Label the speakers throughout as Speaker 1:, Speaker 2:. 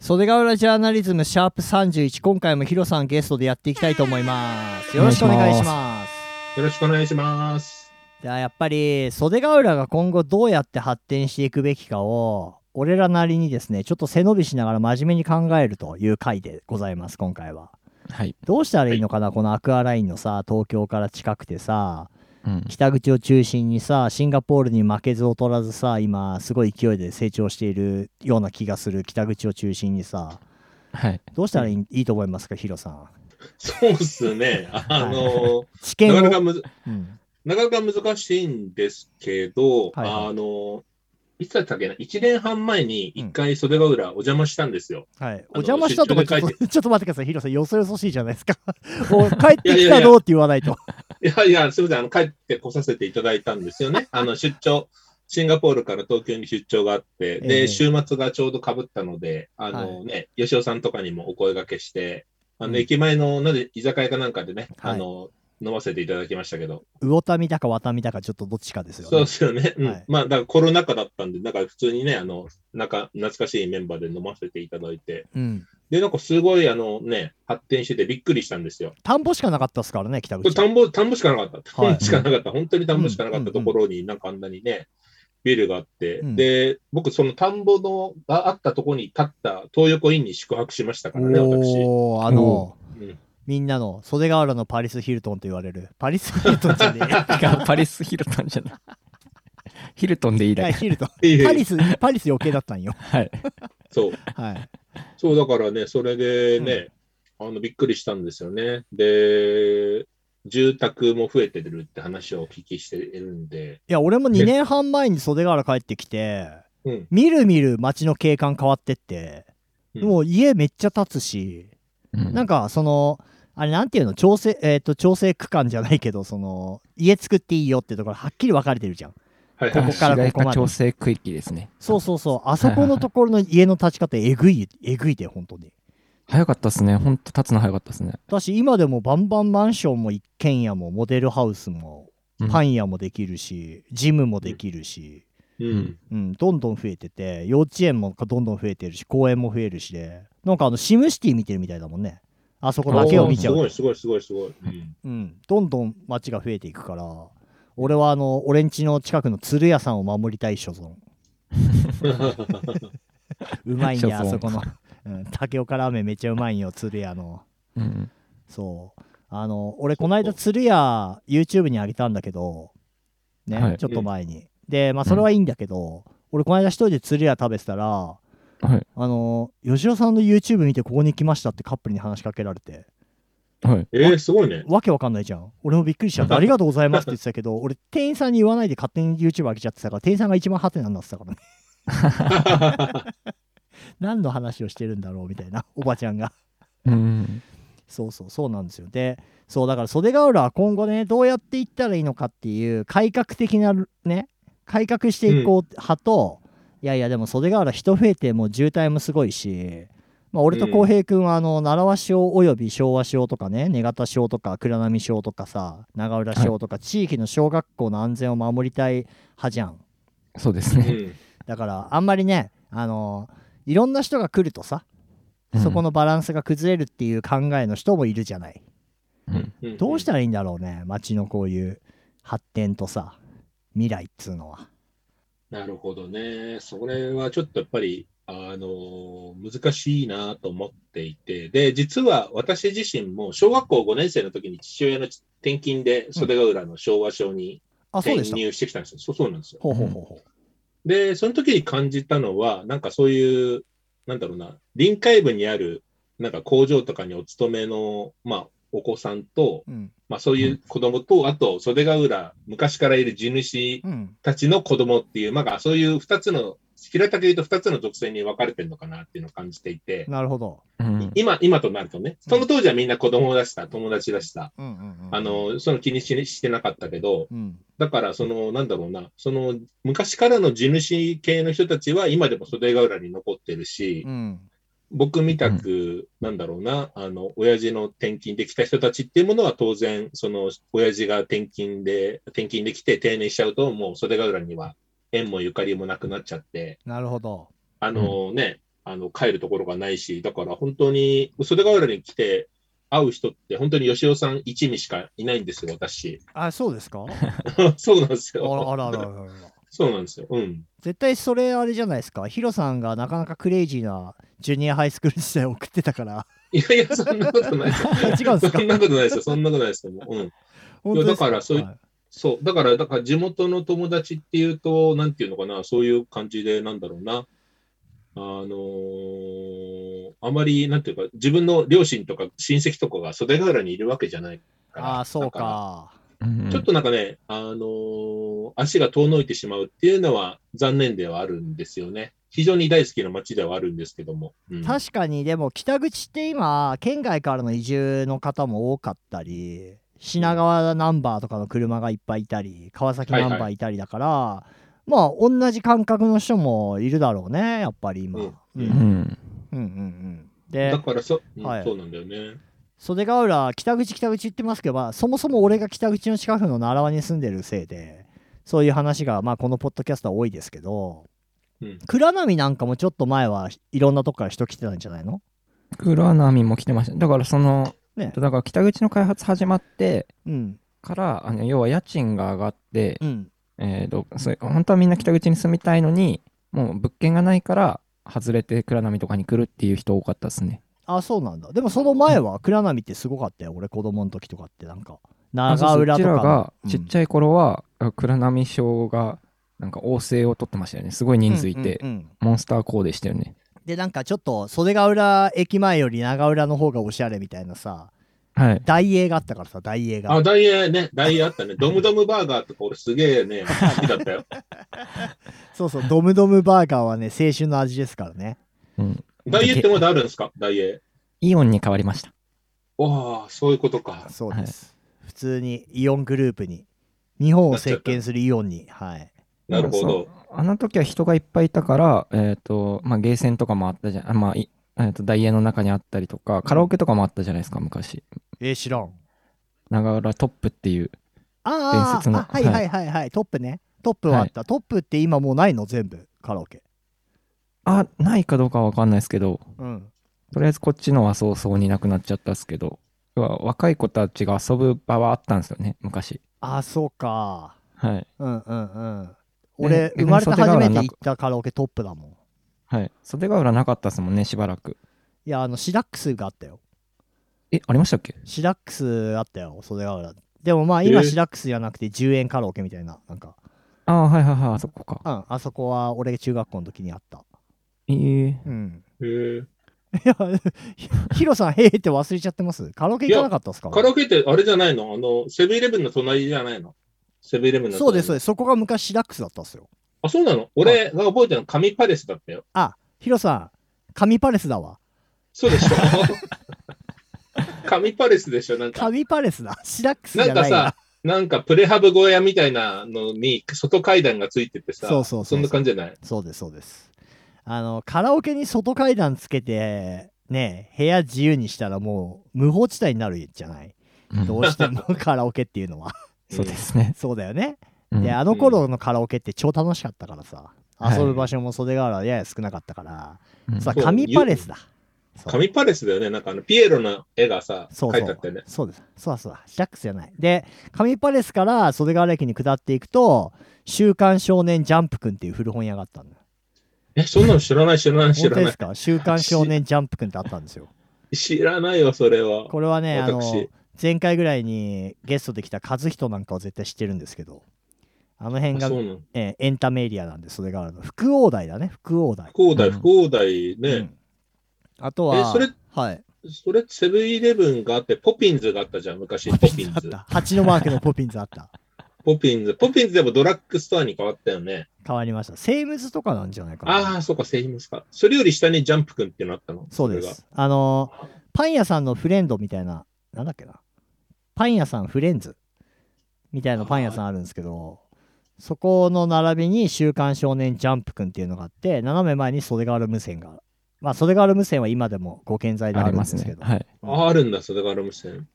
Speaker 1: 袖ヶ浦ジャーナリズムシャープ31今回もヒロさんゲストでやっていきたいと思いますよろしくお願いし
Speaker 2: お
Speaker 1: ます
Speaker 2: よろしくお願いします。
Speaker 1: じゃあやっぱり袖ヶ浦が今後どうやって発展していくべきかを俺らなりにですねちょっと背伸びしながら真面目に考えるという回でございます今回は
Speaker 3: はい。
Speaker 1: どうしたらいいのかな、このアクアラインのさ東京から近くてさ
Speaker 3: うん。
Speaker 1: 北口を中心にさシンガポールに負けず劣らずさ今すごい勢いで成長しているような気がする北口を中心にさ
Speaker 3: はい。
Speaker 1: どうしたらいい,、いいと思いますかヒロさん
Speaker 2: そうっすね。あの、
Speaker 1: 知
Speaker 2: な
Speaker 1: 見
Speaker 2: かな
Speaker 1: を
Speaker 2: かむず、
Speaker 1: うん
Speaker 2: なかなか難しいんですけ
Speaker 1: はい
Speaker 2: ど、
Speaker 1: はい
Speaker 2: あの、いつだったっけな、1年半前に一回袖ヶ浦お邪魔したんですよ。
Speaker 1: はい、お邪魔したとかちょっ
Speaker 2: 出張で
Speaker 1: とちょっと待ってくださいヒロさんよそよそしいじゃないですか もう帰って
Speaker 2: いやい
Speaker 1: き
Speaker 2: や
Speaker 1: た
Speaker 2: いや
Speaker 1: どうって言わないと
Speaker 2: いやいや、すみません、あの帰ってこさせていただいたんですよ ね。あの、出張、シンガポールから東京に出張があって、
Speaker 1: ええ
Speaker 2: で、週末がちょうどかぶったので、あのね、吉尾さんとかにもお声掛けして、あ
Speaker 1: うん
Speaker 2: の、駅前の、なぜ、居酒屋かなんかでね、
Speaker 1: はい
Speaker 2: あの、飲ませていただきましたけど、
Speaker 1: 魚民だか渡民だかちょっとどっちかですよ
Speaker 2: そう
Speaker 1: ね
Speaker 2: ですよね。うん
Speaker 1: はい
Speaker 2: まあ、だからコロナ禍だったんで、だから普通にね、あの、なんか懐かしいメンバーで飲ませていただいて、
Speaker 1: うん
Speaker 2: で、なんかすごい、あのね、発展しててびっくりしたんですよ。
Speaker 1: 田んぼしかなかったですからね北
Speaker 2: これ
Speaker 1: 口
Speaker 2: 田んぼ、田んぼしかなかった。
Speaker 1: は
Speaker 2: 田
Speaker 1: い
Speaker 2: んぼしかなかった。本当に田んぼしかなかっ
Speaker 1: う
Speaker 2: た
Speaker 1: ん
Speaker 2: ところに、なんかあんなにね、ビルがあって、
Speaker 1: うん
Speaker 2: で、僕、その田んぼのがあったところに立った東横インに宿泊しましたからね、私。
Speaker 1: おおあの、
Speaker 2: うん
Speaker 1: みんなの袖ヶ浦のパリス・ヒルトンと言われるパリス・ヒルトンじゃね
Speaker 3: がパリス・ヒルトンじゃない。 ヒルトンでいい
Speaker 1: えは
Speaker 3: だ
Speaker 1: い
Speaker 3: け。
Speaker 1: ヒルトン
Speaker 2: いえいえ
Speaker 1: パリスパリス余計だったんよ
Speaker 3: はい。
Speaker 2: そう。
Speaker 1: はい
Speaker 2: そう、だからね、それでね、あの、びっくりしたんですよね。で、住宅も増えてるって話をお聞きしてるんで、
Speaker 1: いや俺も2年半前に袖ヶ原帰ってきて
Speaker 2: うん。
Speaker 1: みるみる街の景観変わってって
Speaker 2: うん
Speaker 1: もう家めっちゃ建つしなんかそのあれなんていうの調整えっ、と調整区間じゃないけどその家作っていいよってところはっきり分かれてるじゃん
Speaker 2: はい
Speaker 1: こ
Speaker 2: は
Speaker 1: こ
Speaker 2: い。
Speaker 1: からここまで
Speaker 3: 市街化調整区域ですね。
Speaker 1: そうそうそうあそこのところの家の建ち方えぐいえぐいで本当に
Speaker 3: 早かったですね。ほんと、立つの早かったですね。
Speaker 1: だし今でもバンバンマンションも一軒家もモデルハウスも
Speaker 3: うん
Speaker 1: パン屋もできるし、ジムもできるし、
Speaker 2: うん。
Speaker 1: うん、どんどん増えてて幼稚園もどんどん増えてるし公園も増えるしでなんかあのシムシティ見てるみたいだもんねあそこだけを見ちゃう
Speaker 2: す
Speaker 1: と
Speaker 2: ごい、すごい、すごい、すごい。うん。
Speaker 1: うん、どんどん街が増えていくから俺はあの俺ん家の近くの鶴屋さんを守りたい所 存うまいん
Speaker 3: 所
Speaker 1: や
Speaker 3: 存
Speaker 1: あそこの、うん、竹岡ラーメンめっちゃうまいんよ鶴屋の
Speaker 3: うん。
Speaker 1: そうあの俺この間鶴屋 YouTube にあげたんだけどね、
Speaker 3: はい
Speaker 1: ちょっと前に、でまあそれはいいんだけど、俺この間一人で鶴屋食べてたら
Speaker 3: はい。
Speaker 1: あの吉尾さんの YouTube 見てここに来ましたってカップルに話しかけられて
Speaker 3: はい。
Speaker 2: えー、すごいね。
Speaker 1: わけわかんないじゃん。俺もびっくりしちゃった。ありがとうございますって言ってたけど、俺、店員さんに言わないで勝手に YouTube 開けちゃってたから、店員さんが一番ハテナになってたからね。何の話をしてるんだろうみたいな、おばちゃんが。
Speaker 3: うん。
Speaker 1: そうそう、そうなんですよ。で、そう、だから袖ヶ浦は今後ね、どうやっていったらいいのかっていう、改革的なね、改革していこう派と、いやいや、でも袖ヶ浦人増えて、もう渋滞もすごいし、まあ、俺と浩平君は、あの、習わしおよび昭和小とかね、根形小とか、倉波小とかさ、長浦小とか、地域の小学校の安全を守りたい派じゃん。
Speaker 3: そうです
Speaker 2: う
Speaker 3: ね。
Speaker 2: ん。
Speaker 1: だから、あんまりね、あの、いろんな人が来るとさ、そこ
Speaker 3: の。
Speaker 1: のバランスが崩れるっていう考えの人もいるじゃない。
Speaker 3: うん
Speaker 2: ん
Speaker 1: どうしたらいいんだろうね街のこういう発展とさ未来っつうのは
Speaker 2: なるほどね。それはちょっとやっぱり、あのー難しいなと思っていて、で、実は私自身も小学校5年生の時に父親の転勤で袖ヶ浦の昭和小に
Speaker 1: あそう
Speaker 2: 転
Speaker 1: でした
Speaker 2: 入してきたんですよ。そうそうなんですよ。
Speaker 1: ほうほうほうほ
Speaker 2: で、その時に感じたのは、なんかそういう、なんだろうな、臨海部にある、なんか工場とかにお勤めの、まあ、お子さんと、
Speaker 1: ううん
Speaker 2: まあそういう子供と、あと袖ヶ浦、昔からいる地主
Speaker 1: うん
Speaker 2: たちの子供っていう、まあ、そういう2つの、平たく言うと2つの属性に分かれてるのかなっていうのを感じていて、
Speaker 1: なるほど
Speaker 3: うん。
Speaker 2: 今、今となるとね、その当時はみんな子供だした、友達だした、
Speaker 1: うんうんうん
Speaker 2: あの、その気にししてなかったけど、
Speaker 1: うん
Speaker 2: だから、その、なんだろうな、その、昔からの地主系の人たちは今でも袖ヶ浦に残ってるし
Speaker 1: う、ん
Speaker 2: 僕みたく、なんだろうな、あの、親父の転勤できた人たちっていうものは当然、その、親父が転勤で、転勤できて定年しちゃうと、もう袖ヶ浦には縁もゆかりもなくなっちゃって、
Speaker 1: なるほど
Speaker 2: あのね、あの帰るところがないし、だから本当に、袖ヶ浦に来て会う人って、本当に吉尾さん一味しかいないんですよ、私。
Speaker 1: あ、そうですか
Speaker 2: そうなんです
Speaker 1: あら
Speaker 2: よ。
Speaker 1: あらあらあらあら。
Speaker 2: そうなんですよ。うん。
Speaker 1: 絶対それあれじゃないですか。ヒロさんがなかなかクレイジーなジュニアハイスクール時代を送ってたから。
Speaker 2: いやいや、そんなことないです よ。
Speaker 1: 違うんですか
Speaker 2: そんなことないですよ。そんなことないですよ。もううん。
Speaker 1: 本当です
Speaker 2: だからそういう
Speaker 1: はい
Speaker 2: そう、だから、だから地元の友達っていうと、なんていうのかな、そういう感じで、なんだろうな、あのーあまり、なんていうか、自分の両親とか親戚とかが袖ヶ浦にいるわけじゃないから、
Speaker 1: ああ、そう
Speaker 2: だら
Speaker 1: か。
Speaker 3: うん
Speaker 2: ちょっとなんかね、あのー足が遠のいてしまうっていうのは残念ではあるんですよね。非常に大好きな街ではあるんですけども。うん
Speaker 1: 確かにでも北口って今県外からの移住の方も多かったり品川ナンバーとかの車がいっぱいいたり川崎ナンバーいたりだから、まあ同じ感覚の人もいるだろうねやっぱり今、
Speaker 2: うん
Speaker 1: うん
Speaker 3: う
Speaker 1: うん
Speaker 3: ん。
Speaker 1: うんうん
Speaker 2: だ
Speaker 1: で
Speaker 2: からそ、うん
Speaker 1: はい
Speaker 2: そうなんだよね。
Speaker 1: 袖ヶ浦北口北口言ってますけど、まあそもそも俺が北口の近くの奈良輪に住んでるせいでそういう話がまあこのポッドキャストは多いですけど
Speaker 2: うん
Speaker 1: 倉波なんかもちょっと前はいろんなとこから人来てたんじゃないの
Speaker 3: 黒波も来てました。だからその、
Speaker 1: ね
Speaker 3: だから北口の開発始まって
Speaker 1: うん
Speaker 3: から、あの要は家賃が上がって、
Speaker 1: うん
Speaker 3: えーどうそう本当はみんな北口に住みたいのに、もう物件がないから、外れて倉波とかに来るっていう人多かったですね。
Speaker 1: あそうなんだでもその前は倉波ってすごかったよ俺子供の時とかってなんか
Speaker 3: あそう
Speaker 1: 長
Speaker 3: そうう
Speaker 1: 浦
Speaker 3: ち
Speaker 1: とから
Speaker 3: が
Speaker 1: うん
Speaker 3: ちっちゃい頃は、あ倉波小がなんか王政を取ってましたよね。すごい人数いて、
Speaker 1: うんうんうん
Speaker 3: モンスターコーデしたよね。
Speaker 1: でなんかちょっと袖ヶ浦駅前より長浦の方がおしゃれみたいなさ
Speaker 3: はい。
Speaker 1: 大英があったからさ大英が
Speaker 2: あ、ダイエーね、ダイエーあっ たね。ドムドムバーガーとか俺すげえね、好きだったよ。
Speaker 1: そうそうドムドムバーガーはね青春の味ですからね
Speaker 3: うん、
Speaker 2: ダイエーってまだあるんですかダイエー。
Speaker 3: イオンに変わりました。
Speaker 2: わあ、そういうことか。
Speaker 1: そうです、普通にイオングループに日本を席巻するイオンにはい
Speaker 2: なるほ
Speaker 3: まあ
Speaker 2: ど。
Speaker 3: そうあの時は人がいっぱいいたから、えっ、と、まあ、ゲーセンとかもあったじゃん。あまあ、いえーと、ダイエーの中にあったりとか、カラオケとかもあったじゃないですか、昔。
Speaker 1: えー、知らん
Speaker 3: 長浦トップっていう。
Speaker 1: あーあ
Speaker 3: 伝説の
Speaker 1: ーあはい
Speaker 3: はい
Speaker 1: はいはいはいトップねトップはあった、トップって今もうないの全部カラオケ
Speaker 3: あ、ないかどうかはわかんないですけど、
Speaker 1: うん
Speaker 3: とりあえずこっちのは早々になくなっちゃったっすけど、要は若い子たちが遊ぶ場はあったんですよね、昔。
Speaker 1: あーそうか
Speaker 3: はい。
Speaker 1: うんうんうん。俺、
Speaker 3: 逆に
Speaker 1: 生まれて
Speaker 3: 袖ヶ
Speaker 1: 初
Speaker 3: 浦
Speaker 1: めて
Speaker 3: な
Speaker 1: 行
Speaker 3: く
Speaker 1: ったカラオケトップだもん。
Speaker 3: はい。袖ヶ浦なかったっすもんね、しばらく。
Speaker 1: いや、あの、シダックスがあったよ。
Speaker 3: え、ありましたっけ
Speaker 1: シダックスあったよ、袖ヶ浦。でもまあ、今、
Speaker 2: えー
Speaker 1: シダックスじゃなくて10円カラオケみたいな、なんか、
Speaker 3: ああ、はいはいはい、あそこか。
Speaker 1: うん、あそこは俺が中学校の時にあった。
Speaker 3: えー、
Speaker 1: うん。
Speaker 2: へー
Speaker 1: いや、ひヒロさん、へえって忘れちゃってますカラオケ行かなかったですか
Speaker 2: カラオケってあれじゃないのあの、セブンイレブンの隣じゃないのセブンイレブンの隣
Speaker 1: そうです、そうです。そこが昔、シダックスだったんですよ。
Speaker 2: あ、そうなの俺が覚えてるの紙パレスだったよ。
Speaker 1: あ、ヒロさん、紙パレスだわ。
Speaker 2: そうでし ょ紙パレスでしょなんか、
Speaker 1: 紙パレスだ。シダックスじ
Speaker 2: な
Speaker 1: ゃ
Speaker 2: んか
Speaker 1: ない
Speaker 2: さ
Speaker 1: な。、
Speaker 2: なんかプレハブ小屋みたいなのに外階段がついててさ、
Speaker 1: そうそうそうそうん
Speaker 2: な感じじゃない
Speaker 1: そうですそうですあのカラオケに外階段つけてね部屋自由にしたらもう無法地帯になるじゃない
Speaker 3: うん
Speaker 1: どうしても カラオケっていうのは
Speaker 3: そうですね。
Speaker 1: そうだよね、
Speaker 3: うん
Speaker 1: であの頃のカラオケって超楽しかったからさ遊ぶ
Speaker 2: はい
Speaker 1: 場所も袖ヶ浦やや少なかったから、
Speaker 3: うん
Speaker 1: さ
Speaker 2: そう
Speaker 1: 紙パレスだそう
Speaker 2: 紙パレスだよね。なんかあの、ピエロの絵がさ、
Speaker 1: そうそ
Speaker 2: 描いてあ
Speaker 1: う
Speaker 2: ったよね。
Speaker 1: そうですそうだそうだシャックスじゃないで紙パレスから袖ヶ浦駅に下っていくと「週刊少年ジャンプくん」っていう古本屋があったんだ
Speaker 2: え、そんなの知らない、知らない、知
Speaker 1: 本
Speaker 2: ら
Speaker 1: 当
Speaker 2: な
Speaker 1: で
Speaker 2: い
Speaker 1: す。か「週刊少年ジャンプくん」ってあったんですよ
Speaker 2: 知らないよ、それは。
Speaker 1: これはねあの
Speaker 2: 私
Speaker 1: 前回ぐらいにゲストで来た和人なんかは絶対知ってるんですけどあの辺
Speaker 2: あ
Speaker 1: が、
Speaker 2: そうなの。
Speaker 1: えーエンタメエリアなんでそれがあるの福王台だね福王台、
Speaker 2: 福岡大、
Speaker 3: うん
Speaker 2: 福岡大ね。
Speaker 1: うんあとは
Speaker 2: えそれ
Speaker 1: はい
Speaker 2: それ、セブンイレブンがあって、ポピンズがあったじゃん、昔。ポピン
Speaker 1: あっ
Speaker 2: ズ。
Speaker 1: た蜂のマークのポピンズあった
Speaker 2: ポピンズ。ポピンズでもドラッグストアに変わったよね。
Speaker 1: 変わりましたセイムズとかなんじゃないかな
Speaker 2: ああ、そうか、セイムスか。それより下にジャンプくんってのあったの
Speaker 1: そうですあのパン屋さんのフレンドみたいななんだっけなパン屋さんフレンズみたいなパン屋さんあるんですけどそこの並びに「週刊少年ジャンプくん」っていうのがあって斜め前に袖ヶ浦無線がまあ袖ヶ浦無線は今でもご健在である
Speaker 3: あり
Speaker 1: んで
Speaker 3: ます
Speaker 1: すけ
Speaker 3: ね。
Speaker 1: ど
Speaker 3: はい。
Speaker 2: それが。ああ、あるんだ、袖ヶ浦無線。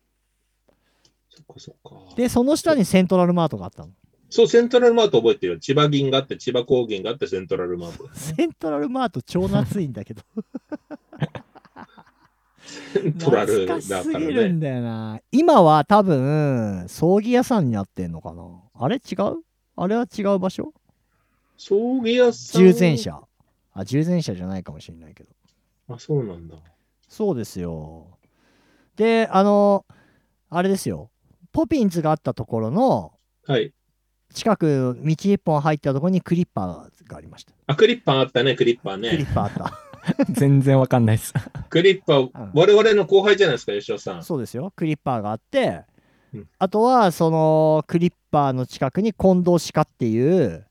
Speaker 2: そっかそっか。
Speaker 1: でその下にセントラルマートがあったの
Speaker 2: そう、セントラルマート覚えてるよ。千葉銀があって、千葉高原があって、セントラルマート。
Speaker 1: セントラルマート超懐いんだけど
Speaker 2: セントラ
Speaker 1: 懐
Speaker 2: ルだ
Speaker 1: か
Speaker 2: っ
Speaker 1: したす
Speaker 2: ら
Speaker 1: ぎる
Speaker 2: ね
Speaker 1: ん。だよな今は多分葬儀屋さんになってんのかなあれ違うあれは違う場所
Speaker 2: 葬儀屋さん。
Speaker 1: 従前。者あ従前者じゃないかもしれないけど
Speaker 2: あ、そうなんだ。
Speaker 1: そうですよであのあれですよポピンズがあったところの
Speaker 2: はい。
Speaker 1: 近く道一本入ったところにクリッパーがありました、
Speaker 2: あ、クリッパーあったね、クリッパー
Speaker 1: クリ
Speaker 2: ね。
Speaker 1: ッパーあった
Speaker 3: 全然わかんないです。
Speaker 2: クリッパー、
Speaker 1: うん
Speaker 2: 我々の後輩じゃないですか、吉尾 さん。
Speaker 1: そうですよクリッパーがあって、
Speaker 2: うん
Speaker 1: あとはそのクリッパーの近くに近藤歯科っていう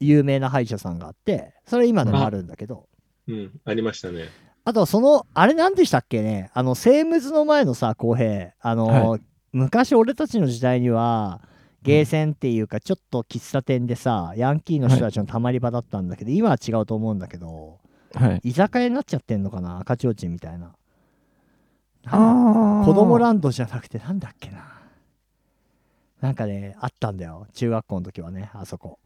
Speaker 1: 有名な歯医者さんがあってそれ今でもあるんだけど
Speaker 2: うん、ありましたね。
Speaker 1: あとはそのあれ何でしたっけねあのセームズの前のさ浩平あの、昔俺たちの時代にはゲーセンっていうかちょっと喫茶店でさヤンキーの人たちのたまり場だったんだけど、今は違うと思うんだけど
Speaker 3: はい。
Speaker 1: 居酒屋になっちゃってんのかな赤ちょうちんみたいな
Speaker 3: あ
Speaker 1: 子供ランドじゃなくてなんだっけななんかねあったんだよ中学校の時はねあそこ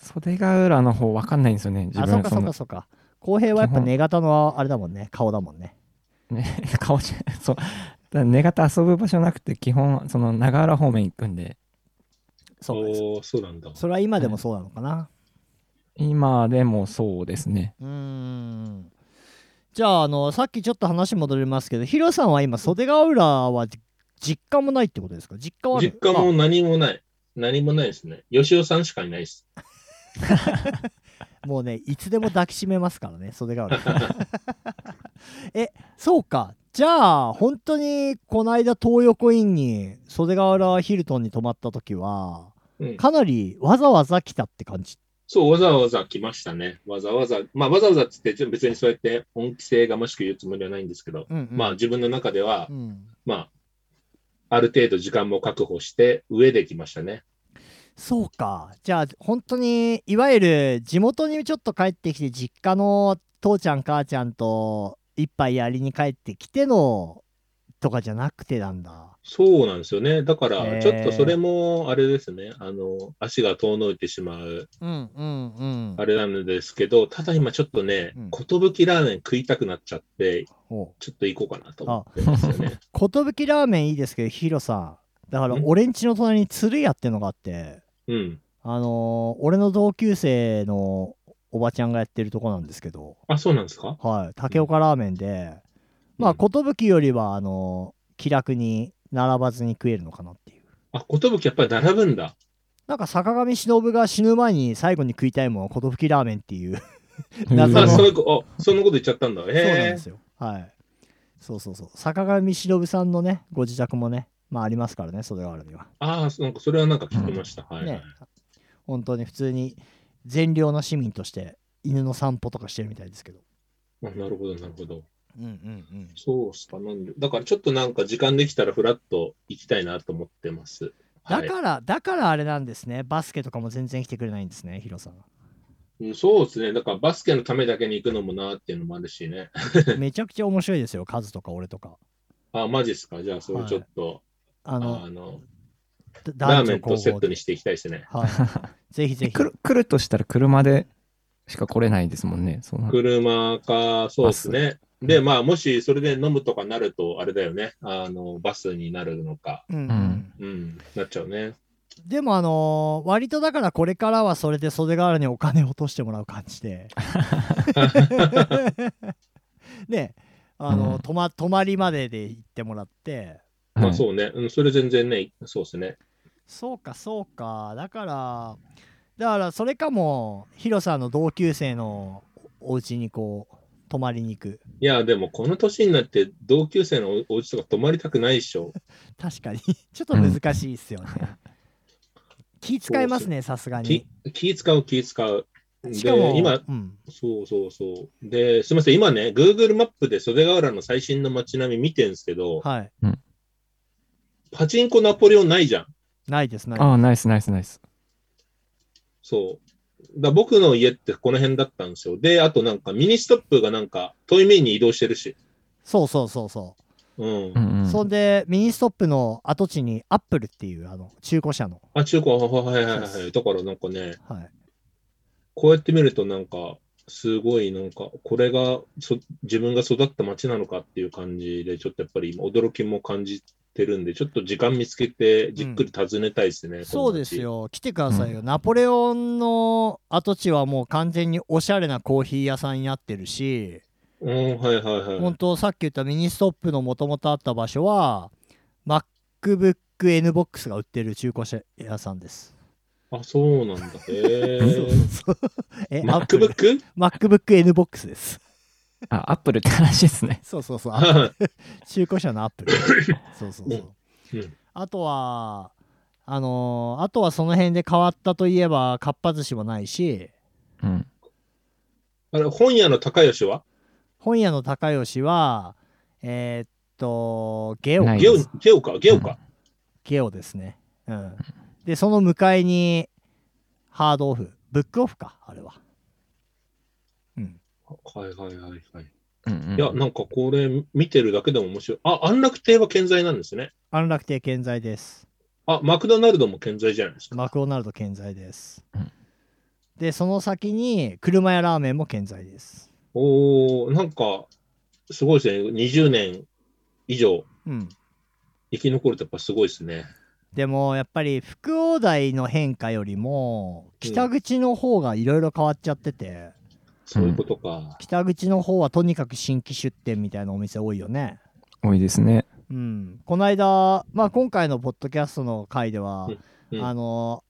Speaker 3: 袖ヶ浦の方わかんないんですよね。自
Speaker 1: あそ
Speaker 3: 分
Speaker 1: っかそっ
Speaker 3: の
Speaker 1: かそっか浩平はやっぱ
Speaker 3: 基本
Speaker 1: 寝型のあれだもんね顔だもんね
Speaker 3: ね、顔じゃ ない。そう。だ寝方遊ぶ場所なくて、基本、その長浦方面行くんで、
Speaker 1: そうなんです
Speaker 2: おおーそうなんだ。
Speaker 1: それは今でもそうなのかな
Speaker 3: 今でもそうです ね。
Speaker 1: うーんじゃああのさっきちょっと話戻りますけどヒロさんは今袖ヶ浦は実家もないってことですか実家はある
Speaker 2: 実家も何もない。何もないですね。吉尾さんしかいないです。
Speaker 1: あもうねいつでも抱きしめますからね袖 ヶ浦えそうかじゃあ本当にこの間東横インに袖ヶ浦ヒルトンに泊まった時は
Speaker 2: うん、
Speaker 1: かなりわざわざ来たって感じ
Speaker 2: そう、わざわざ来ましたね。わざわざ、まあ、わざわざっつって、ちょ別にそうやって恩着せがましく言うつもりはないんですけど、
Speaker 1: うんうん
Speaker 2: まあ、自分の中では
Speaker 1: う、ん
Speaker 2: まあ、ある程度時間も確保して、上で来ましたね。
Speaker 1: そうかじゃあ本当にいわゆる地元にちょっと帰ってきて実家の父ちゃん母ちゃんと一杯やりに帰ってきてのとかじゃなくてなんだ
Speaker 2: そうなんですよね。だか
Speaker 1: へ
Speaker 2: ら、
Speaker 1: ー
Speaker 2: ちょっとそれも、あれですね、あの、足が遠のいてしまう、
Speaker 1: うんうんうん
Speaker 2: あれなんですけど、ただ今ちょっとね
Speaker 1: うん、
Speaker 2: 寿、ラーメン食いたくなっちゃって、
Speaker 1: お
Speaker 2: ちょっと行こうかなと思ってますよね。
Speaker 1: 寿ラーメンいいですけどヒロさんだから
Speaker 2: ん
Speaker 1: 俺んちの隣に鶴屋ってのがあって
Speaker 2: うん。
Speaker 1: あのー俺の同級生のおばちゃんがやってるとこなんですけど
Speaker 2: あ、そうなんですか
Speaker 1: はい竹岡ラーメンで、まあ
Speaker 2: こ、
Speaker 1: 寿よりはあの気楽に並ばずに食えるのかなっていう
Speaker 2: あ、寿やっぱり並ぶんだ。
Speaker 1: なんか坂上忍が死ぬ前に最後に食いたいものは寿ラーメンっていう
Speaker 3: う
Speaker 1: 謎
Speaker 2: あ、
Speaker 1: の
Speaker 2: そ
Speaker 3: ん
Speaker 2: ういうこあそんなこと言っちゃったんだ。
Speaker 1: そうなん
Speaker 2: へ
Speaker 1: で
Speaker 2: え。
Speaker 1: すよはいそうそうそう坂上忍さんのねご自宅もねまあありますからね袖ヶ原には
Speaker 2: ああ、なんかそれはなんか聞きました。はい、はい
Speaker 1: ね本当に普通に善良な市民として犬の散歩とかしてるみたいですけど
Speaker 2: あなるほど、なるほど。
Speaker 1: うんうんうん
Speaker 2: そうっすか。なんで、だからちょっとなんか時間できたらフラッと行きたいなと思ってます。は
Speaker 1: だ
Speaker 2: い
Speaker 1: から、だからあれなんですねバスケとかも全然来てくれないんですねヒロさん
Speaker 2: うんそうですね。だからバスケのためだけに行くのもなーっていうのもあるしね。
Speaker 1: めちゃくちゃ面白いですよカズとか俺とか
Speaker 2: あ、マジっすか。じゃあ、それちょっと、
Speaker 1: あの
Speaker 2: ああの、ラ
Speaker 1: 男
Speaker 2: ー
Speaker 1: 女
Speaker 2: メンと
Speaker 1: 混
Speaker 2: セッ
Speaker 1: 合
Speaker 2: ト
Speaker 1: で
Speaker 2: にしていきたいですね。
Speaker 1: はい、ぜひぜひ
Speaker 3: 来る来るとしたら車でしか来れないですもんね。その
Speaker 2: 車か、そうですね。で、まあ、もしそれで飲むとかなると、あれだよね。あの、バスになるのか。
Speaker 1: うん
Speaker 3: うん
Speaker 2: うん、なっちゃうね。
Speaker 1: でもあのー割とだからこれからはそれで袖ヶ浦にお金を落としてもらう感じでねあのー
Speaker 3: うん
Speaker 1: 泊ま泊まりまでで行ってもらって
Speaker 2: ま
Speaker 3: は
Speaker 2: あ、
Speaker 3: い
Speaker 2: そうね。うん、それ全然ね、そうですね。
Speaker 1: そうかそうかだからだからそれかもヒロさんの同級生のおお家にこう泊まりに行く
Speaker 2: いや、でもこの年になって同級生のおお家とか泊まりたくないでしょ。
Speaker 1: 確かに ちょっと難しいっすよね、気使いますねさすがに
Speaker 2: 気気使う、気使う。
Speaker 1: しかも
Speaker 2: で、今、
Speaker 1: うん、
Speaker 2: そうそうそう。で、すみません、今ね、Google マップで袖ヶ浦の最新の街並み見てるんですけど、
Speaker 1: はい
Speaker 2: パチンコナポレオンないじゃん。
Speaker 1: ないですないです
Speaker 3: ああ、ナイスナイスナイス。
Speaker 2: そう。だ僕の家ってこの辺だったんですよ。で、あとなんかミニストップがなんか遠い面に移動してるし、
Speaker 1: そうそうそうそう
Speaker 2: うん
Speaker 3: う。んうん
Speaker 1: そんでミニストップの跡地にアップルっていうあの中古車の、
Speaker 2: あ、中古、はいはいはいはい。だからなんかね、
Speaker 1: はい、
Speaker 2: こうやって見るとなんか、すごいなんか、これがそ自分が育った街なのかっていう感じで、ちょっとやっぱり今驚きも感じてるんで、ちょっと時間見つけて、じっくり訪ねたいですね。この街
Speaker 1: そうです。よ来てくださいよ、ナポレオンの跡地はもう完全におしゃれなコーヒー屋さんになってるし、
Speaker 2: うん、はいはいはい。
Speaker 1: 本当さっき言ったミニストップのもともとあった場所は MacBookNBOX が売ってる中古車屋さんです。
Speaker 2: あ、そうなんだ。へえ。
Speaker 1: え、Apple
Speaker 2: MacBook?
Speaker 1: MacBookNBOX です。
Speaker 3: あ、アップルって話ですね。
Speaker 1: そうそうそう。あ
Speaker 2: は
Speaker 1: 中古車のアップル。そうそうそう。
Speaker 2: いうん
Speaker 1: あとは、あのーあとはその辺で変わったといえば、かっぱ寿司もないし、
Speaker 3: うん。
Speaker 2: あれ、本屋の高吉は
Speaker 1: 本屋の高吉は、えーっと、ゲオ
Speaker 3: ない
Speaker 2: ゲオ
Speaker 3: で、す
Speaker 2: ゲオか、ゲオか。
Speaker 1: ゲオですね。うん。で、その向かいに、ハードオフ、ブックオフか、あれは。うん。
Speaker 2: はいはいはいはい。
Speaker 3: うんうん
Speaker 2: いや、なんかこれ見てるだけでも面白い。あ、安楽亭は健在なんですね。
Speaker 1: 安楽亭健在です。
Speaker 2: あ、マクドナルドも健在じゃないですか。
Speaker 1: マクドナルド健在です。
Speaker 3: うん
Speaker 1: で、その先に、車屋ラーメンも健在です。
Speaker 2: おー、なんか、すごいですね。20年以上
Speaker 1: うん。
Speaker 2: 生き残るとやっぱすごいですね。
Speaker 1: でもやっぱり福王台の変化よりも北口の方がいろいろ変わっちゃってて、
Speaker 2: そういうことか。
Speaker 1: 北口の方はとにかく新規出店みたいなお店多いよね。
Speaker 3: 多いですね。
Speaker 1: うん、この間、まあ、今回のポッドキャストの回では、
Speaker 2: うん
Speaker 1: あの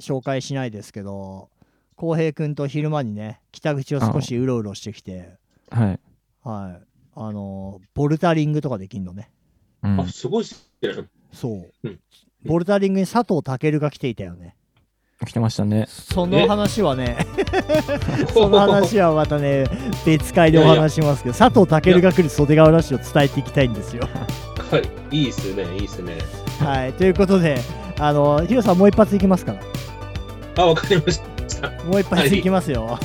Speaker 1: 紹介しないですけど浩平君と昼間にね北口を少しうろうろしてきて、
Speaker 3: はい。
Speaker 1: はい、あのボルダリングとかできんのね
Speaker 3: うん
Speaker 2: あ、すごいですね。
Speaker 1: そう、
Speaker 2: うん
Speaker 1: ボルダリングに佐藤健が来ていたよね
Speaker 3: 来てましたね。
Speaker 1: その話はねその話はまたね別会でお話しますけど佐藤健が来る袖ヶ浦市を伝えていきたいんですよ。
Speaker 2: はい。いいっすね、いいっすね。
Speaker 1: はい、ということであのヒロさんもう一発いきますから
Speaker 2: あ、わかりました。
Speaker 1: もう一発いきますよ。